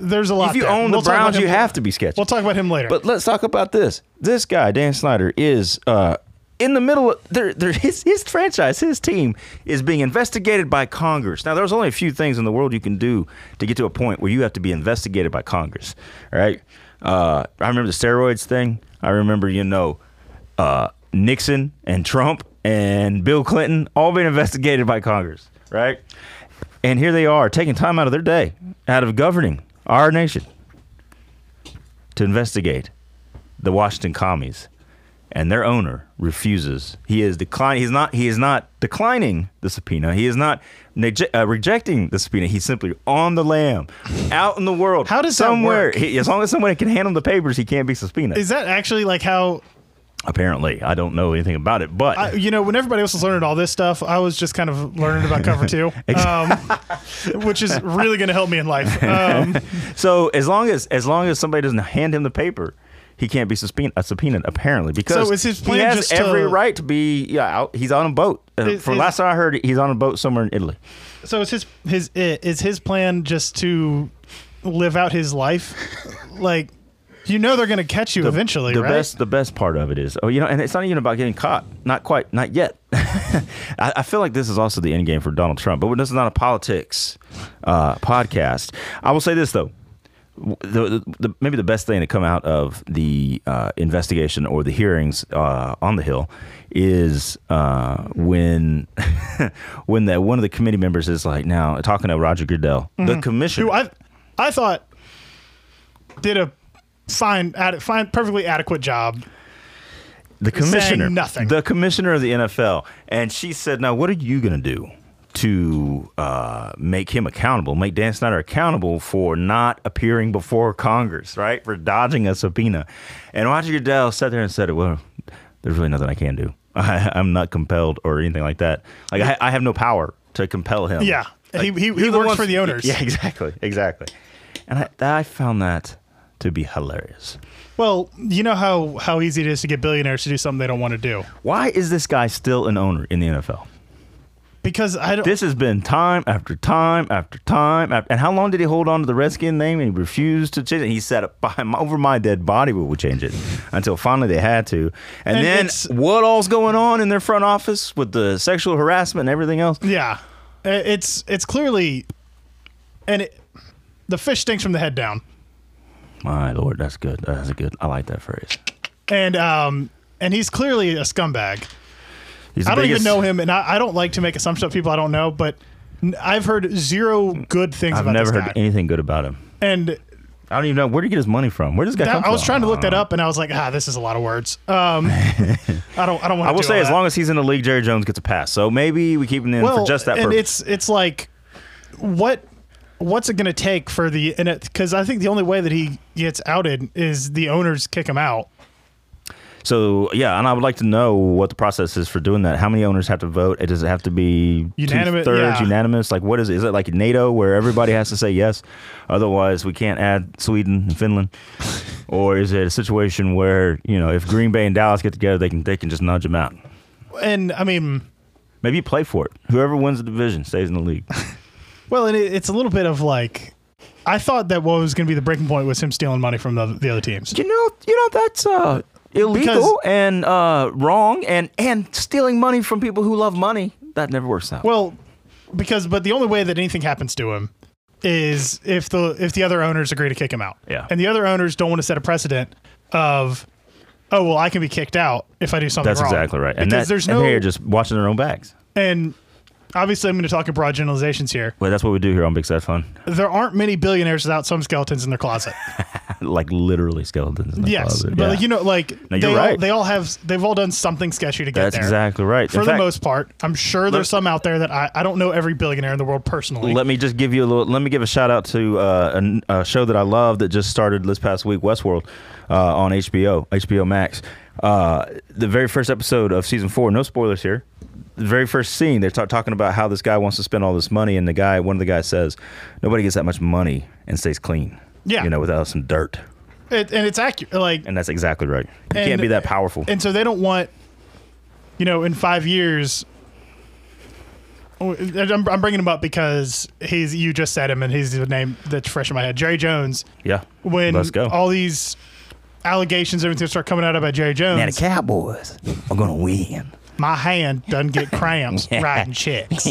Speaker 2: There's a lot.
Speaker 1: If you
Speaker 2: there.
Speaker 1: own the
Speaker 2: We'll talk about
Speaker 1: Browns,
Speaker 2: him-
Speaker 1: you have to be sketchy.
Speaker 2: We'll talk about him later.
Speaker 1: But let's talk about this. This guy, Dan Snyder, is uh, in the middle of there. There, his his franchise, his team, is being investigated by Congress. Now, there's only a few things in the world you can do to get to a point where you have to be investigated by Congress. All right. Uh, I remember the steroids thing. I remember, you know, uh, Nixon and Trump and Bill Clinton all being investigated by Congress. Right. And here they are taking time out of their day, out of governing our nation to investigate the Washington commies. and their owner refuses. He is decline. He's not. He is not declining the subpoena. He is not nege- uh, rejecting the subpoena. He's simply on the lam, out in the world.
Speaker 2: How does that
Speaker 1: somewhere?
Speaker 2: work?
Speaker 1: He, as long as someone can hand him the papers, he can't be subpoenaed.
Speaker 2: Is that actually like how
Speaker 1: Apparently, I don't know anything about it, but
Speaker 2: I, you know, when everybody else was learning all this stuff, I was just kind of learning about cover
Speaker 1: *laughs*
Speaker 2: two, um, which is really going to help me in life. Um,
Speaker 1: so as long as as long as somebody doesn't hand him the paper. He can't be subpoenaed, uh, subpoenaed apparently because
Speaker 2: So is his plan
Speaker 1: he has
Speaker 2: just to-
Speaker 1: every right to be. Yeah, out, he's on a boat. Uh,
Speaker 2: Is-
Speaker 1: From
Speaker 2: is-
Speaker 1: last time I heard, he's on a boat somewhere in Italy.
Speaker 2: so is his his is his plan just to live out his life, like you know they're going to catch you eventually,
Speaker 1: the
Speaker 2: right?
Speaker 1: best the best part of it is oh you know and it's not even about getting caught not quite not yet *laughs* I, I feel like this is also the end game for donald trump but this is not a politics uh, podcast i will say this though W- the, the, the, maybe the best thing to come out of the uh, investigation or the hearings uh, on the Hill is uh, when *laughs* when that one of the committee members is like now talking to Roger Goodell,
Speaker 2: Mm-hmm.
Speaker 1: the commissioner.
Speaker 2: Who I I thought did a fine, ad, fine, perfectly adequate job.
Speaker 1: the commissioner,
Speaker 2: nothing.
Speaker 1: the commissioner of the NFL, and she said, "Now, what are you going to do to uh, make him accountable, make Dan Snyder accountable for not appearing before Congress, right, for dodging a subpoena?" And Roger Goodell sat there and said, "Well, there's really nothing I can do. *laughs* I, I'm not compelled or anything like that. Like I, I have no power to compel him."
Speaker 2: Yeah.
Speaker 1: Like,
Speaker 2: He- he- he
Speaker 1: you're
Speaker 2: works
Speaker 1: ones-
Speaker 2: for the owners.
Speaker 1: Yeah, *laughs* exactly, exactly. And I, I found that to be hilarious.
Speaker 2: Well, you know how how easy it is to get billionaires to do something they don't want to do.
Speaker 1: Why is this guy still an owner in the NFL?
Speaker 2: Because I don't.
Speaker 1: This has been time after time after time. After, and how long did he hold on to the Redskin name and he refused to change it? He said, *laughs* "By my- over my dead body, we will change it until finally they had to. And,
Speaker 2: And
Speaker 1: then
Speaker 2: it's-
Speaker 1: what all's going on in their front office with the sexual harassment and everything else?
Speaker 2: Yeah, I- it's it's clearly, and it, the fish stinks from the head down,
Speaker 1: My lord, that's good. That's a good. I like that phrase.
Speaker 2: and um and he's clearly a scumbag.
Speaker 1: He's the
Speaker 2: I don't
Speaker 1: biggest-
Speaker 2: even know him, and I, I don't like to make assumptions of people I don't know, but n- I've heard zero good things
Speaker 1: I've
Speaker 2: about
Speaker 1: never
Speaker 2: this
Speaker 1: heard
Speaker 2: guy.
Speaker 1: anything good about him.
Speaker 2: and
Speaker 1: I don't even know where did he get his money from. Where does this guy come
Speaker 2: that, I was
Speaker 1: from?
Speaker 2: trying to look that up, and I was like, ah, this is a lot of words.
Speaker 1: *laughs*
Speaker 2: Um, I don't I don't want.
Speaker 1: I will say, as long as he's in the league, Jerry Jones gets a pass. So maybe we keep him in
Speaker 2: well,
Speaker 1: for just that
Speaker 2: and
Speaker 1: purpose.
Speaker 2: it's it's like what. What's it going to take for the and because I think the only way that he gets outed is the owners kick him out.
Speaker 1: So yeah, and I would like to know what the process is for doing that. How many owners have to vote? It does it have to be
Speaker 2: Unanimous,
Speaker 1: thirds
Speaker 2: yeah.
Speaker 1: unanimous? Like what is it? Is it like NATO where everybody has to say yes? Otherwise, we can't add Sweden and
Speaker 2: *laughs*
Speaker 1: Finland. Or is it a situation where you know if Green Bay and Dallas get together, they can they can just nudge them out?
Speaker 2: and I mean,
Speaker 1: Maybe you play for it. Whoever wins the division stays in the league.
Speaker 2: well, and it, it's a little bit of like, I thought that what was going to be the breaking point was him stealing money from the, the other
Speaker 1: *laughs*
Speaker 2: teams.
Speaker 1: you know, you know that's uh, illegal
Speaker 2: Because-
Speaker 1: and uh, wrong, and and stealing money from people who love money that never works out.
Speaker 2: Well, because but the only way that anything happens to him is if the if the other owners agree to kick him out.
Speaker 1: Yeah.
Speaker 2: and the other owners don't want to set a precedent of, oh well, I can be kicked out if I do something.
Speaker 1: that's
Speaker 2: wrong."
Speaker 1: exactly right. And
Speaker 2: because
Speaker 1: that-
Speaker 2: there's
Speaker 1: and
Speaker 2: no
Speaker 1: they're just watching their own backs.
Speaker 2: and obviously I'm going to talk in broad generalizations here.
Speaker 1: Well, that's what we do here on Big Sad Fun. *laughs*
Speaker 2: There aren't many billionaires without some skeletons in their closet.
Speaker 1: like literally skeletons. In the
Speaker 2: yes,
Speaker 1: closet.
Speaker 2: but
Speaker 1: Yeah.
Speaker 2: like, you know, like
Speaker 1: No, you're
Speaker 2: they all
Speaker 1: right.
Speaker 2: they all have they've all done something sketchy to get
Speaker 1: that's
Speaker 2: there.
Speaker 1: exactly right.
Speaker 2: for
Speaker 1: In
Speaker 2: the
Speaker 1: fact,
Speaker 2: most part. I'm sure there's some out there that I, I don't know every billionaire in the world personally.
Speaker 1: Let me just give you a little. Let me give a shout out to uh, a n- a, show that I love that just started this past week, Westworld, uh, on HBO, HBO Max. Uh, the very first episode of season four. No spoilers here. The very first scene, they're ta- talking about how this guy wants to spend all this money, and the guy, one of the guys says, "Nobody gets that much money and stays clean."
Speaker 2: Yeah.
Speaker 1: you know, without some dirt,
Speaker 2: It- and it's accurate. Like,
Speaker 1: and that's exactly right. You
Speaker 2: And-
Speaker 1: can't be that powerful.
Speaker 2: and so they don't want, you know, in five years. I'm, I'm bringing him up because he's you just said him and he's the name that's fresh in my head. Jerry Jones.
Speaker 1: yeah,
Speaker 2: When
Speaker 1: let's go.
Speaker 2: all these allegations, everything start coming out about Jerry
Speaker 1: now the
Speaker 2: Jones,
Speaker 1: Cowboys are gonna win.
Speaker 2: my hand doesn't get cramps riding chicks.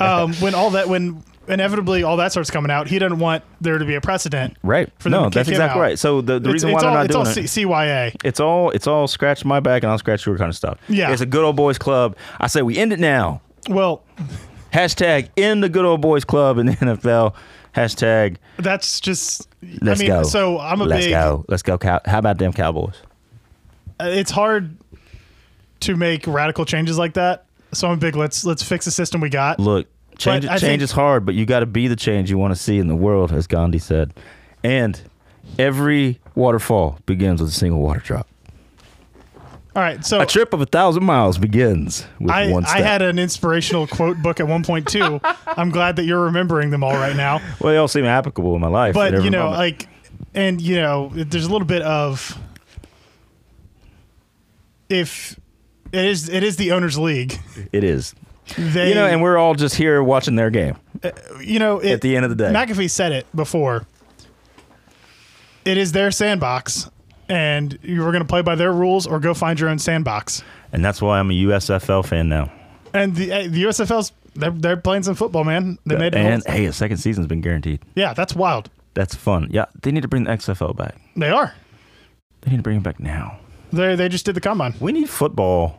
Speaker 2: Um, when all that, when inevitably all that starts coming out, he doesn't want there to be a precedent.
Speaker 1: Right.
Speaker 2: for them
Speaker 1: no,
Speaker 2: to
Speaker 1: that's
Speaker 2: kick him
Speaker 1: exactly
Speaker 2: out.
Speaker 1: right. So the, the
Speaker 2: It's-
Speaker 1: reason
Speaker 2: it's
Speaker 1: why
Speaker 2: all,
Speaker 1: they're not
Speaker 2: it's
Speaker 1: doing
Speaker 2: all
Speaker 1: it,
Speaker 2: C- CYA.
Speaker 1: it's all it's all scratch my back and I'll scratch your kind of stuff.
Speaker 2: Yeah.
Speaker 1: It's a good old boys club. I say we end it now.
Speaker 2: Well,
Speaker 1: Hashtag end the good old boys club in the *laughs* NFL. Hashtag
Speaker 2: that's just.
Speaker 1: let's
Speaker 2: I mean,
Speaker 1: go.
Speaker 2: so I'm a
Speaker 1: let's
Speaker 2: big.
Speaker 1: go. Let's go. Cow- How about them Cowboys?
Speaker 2: Uh, It's hard to make radical changes like that. So I'm big. Let's let's fix the system we got.
Speaker 1: Look, change,
Speaker 2: I
Speaker 1: change
Speaker 2: think-
Speaker 1: is hard, but you got to be the change you want to see in the world, as Gandhi said. And every waterfall begins with a single water drop.
Speaker 2: All right. So
Speaker 1: A trip of a thousand miles begins with
Speaker 2: I,
Speaker 1: one step.
Speaker 2: I had an inspirational quote book at one point
Speaker 1: *laughs*
Speaker 2: too. I'm glad that you're remembering them all right now.
Speaker 1: well, they all seem applicable in my life. at
Speaker 2: But
Speaker 1: every
Speaker 2: you know,
Speaker 1: moment.
Speaker 2: like, and you know, there's a little bit of if it is it is the owners' league.
Speaker 1: it is.
Speaker 2: They,
Speaker 1: you know, and we're all just here watching their game.
Speaker 2: you know, it,
Speaker 1: At the end of the day.
Speaker 2: McAfee said it before. It is their sandbox, and you were going to play by their rules or go find your own sandbox.
Speaker 1: And that's why I'm a USFL fan now.
Speaker 2: And the eh, the USFL's they're, they're playing some football, man. They made it.
Speaker 1: And hey, a second season's been guaranteed.
Speaker 2: yeah, that's wild.
Speaker 1: That's fun. Yeah, they need to bring the XFL back.
Speaker 2: They are.
Speaker 1: They need to bring it back now.
Speaker 2: They they just did the combine.
Speaker 1: We need football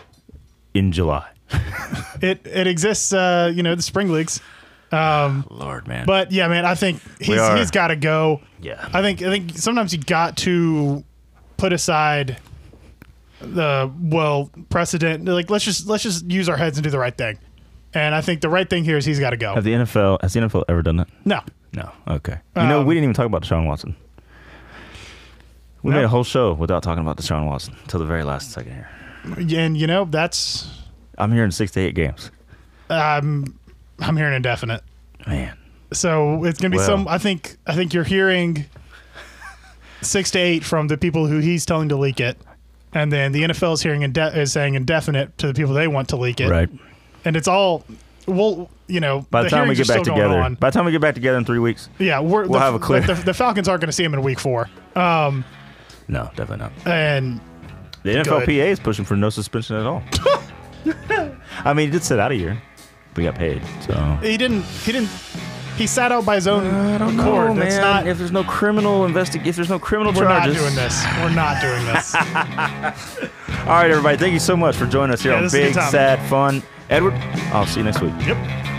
Speaker 1: in July.
Speaker 2: It it exists. Uh, you know, the spring leagues.
Speaker 1: Lord, man.
Speaker 2: But yeah, man, I think he's
Speaker 1: are.
Speaker 2: he's got to go.
Speaker 1: yeah.
Speaker 2: I think I think sometimes you got to put aside the well precedent. Like let's just let's just use our heads and do the right thing. And I think the right thing here is he's got to go.
Speaker 1: Have the NFL has the NFL ever done that?
Speaker 2: No,
Speaker 1: No. Okay. You know,
Speaker 2: Um,
Speaker 1: we didn't even talk about Deshaun Watson. We
Speaker 2: No.
Speaker 1: made a whole show without talking about Deshaun Watson until the very last second here.
Speaker 2: and you know that's
Speaker 1: I'm hearing six to eight games.
Speaker 2: um, I'm hearing indefinite.
Speaker 1: Man.
Speaker 2: So it's gonna be
Speaker 1: Well.
Speaker 2: some. I think I think you're hearing six to eight from the people who he's telling to leak it, and then the NFL is hearing inde- is saying indefinite to the people they want to leak it.
Speaker 1: Right.
Speaker 2: and it's all well you know
Speaker 1: By the, time we
Speaker 2: hearings
Speaker 1: get
Speaker 2: are
Speaker 1: back
Speaker 2: still going
Speaker 1: together,
Speaker 2: on.
Speaker 1: by the time we get back together in three weeks,
Speaker 2: yeah we're,
Speaker 1: we'll
Speaker 2: the,
Speaker 1: have a clear-
Speaker 2: like, the, the falcons aren't going to see him in week four
Speaker 1: no, definitely not.
Speaker 2: and
Speaker 1: The NFLPA is pushing for no suspension at all.
Speaker 2: *laughs*
Speaker 1: I mean, he did sit out a year. We got paid, so.
Speaker 2: he didn't he didn't he sat out by his
Speaker 1: Uh,
Speaker 2: own accord that's not
Speaker 1: if there's no criminal investigation, if there's no criminal
Speaker 2: we're not
Speaker 1: charges,
Speaker 2: doing this we're not
Speaker 1: *laughs*
Speaker 2: doing this
Speaker 1: All right, everybody. Thank you so much for joining us here
Speaker 2: Yeah,
Speaker 1: on
Speaker 2: this is a
Speaker 1: Big
Speaker 2: good time.
Speaker 1: Sad Fun. Edward, I'll see you next week.
Speaker 2: yep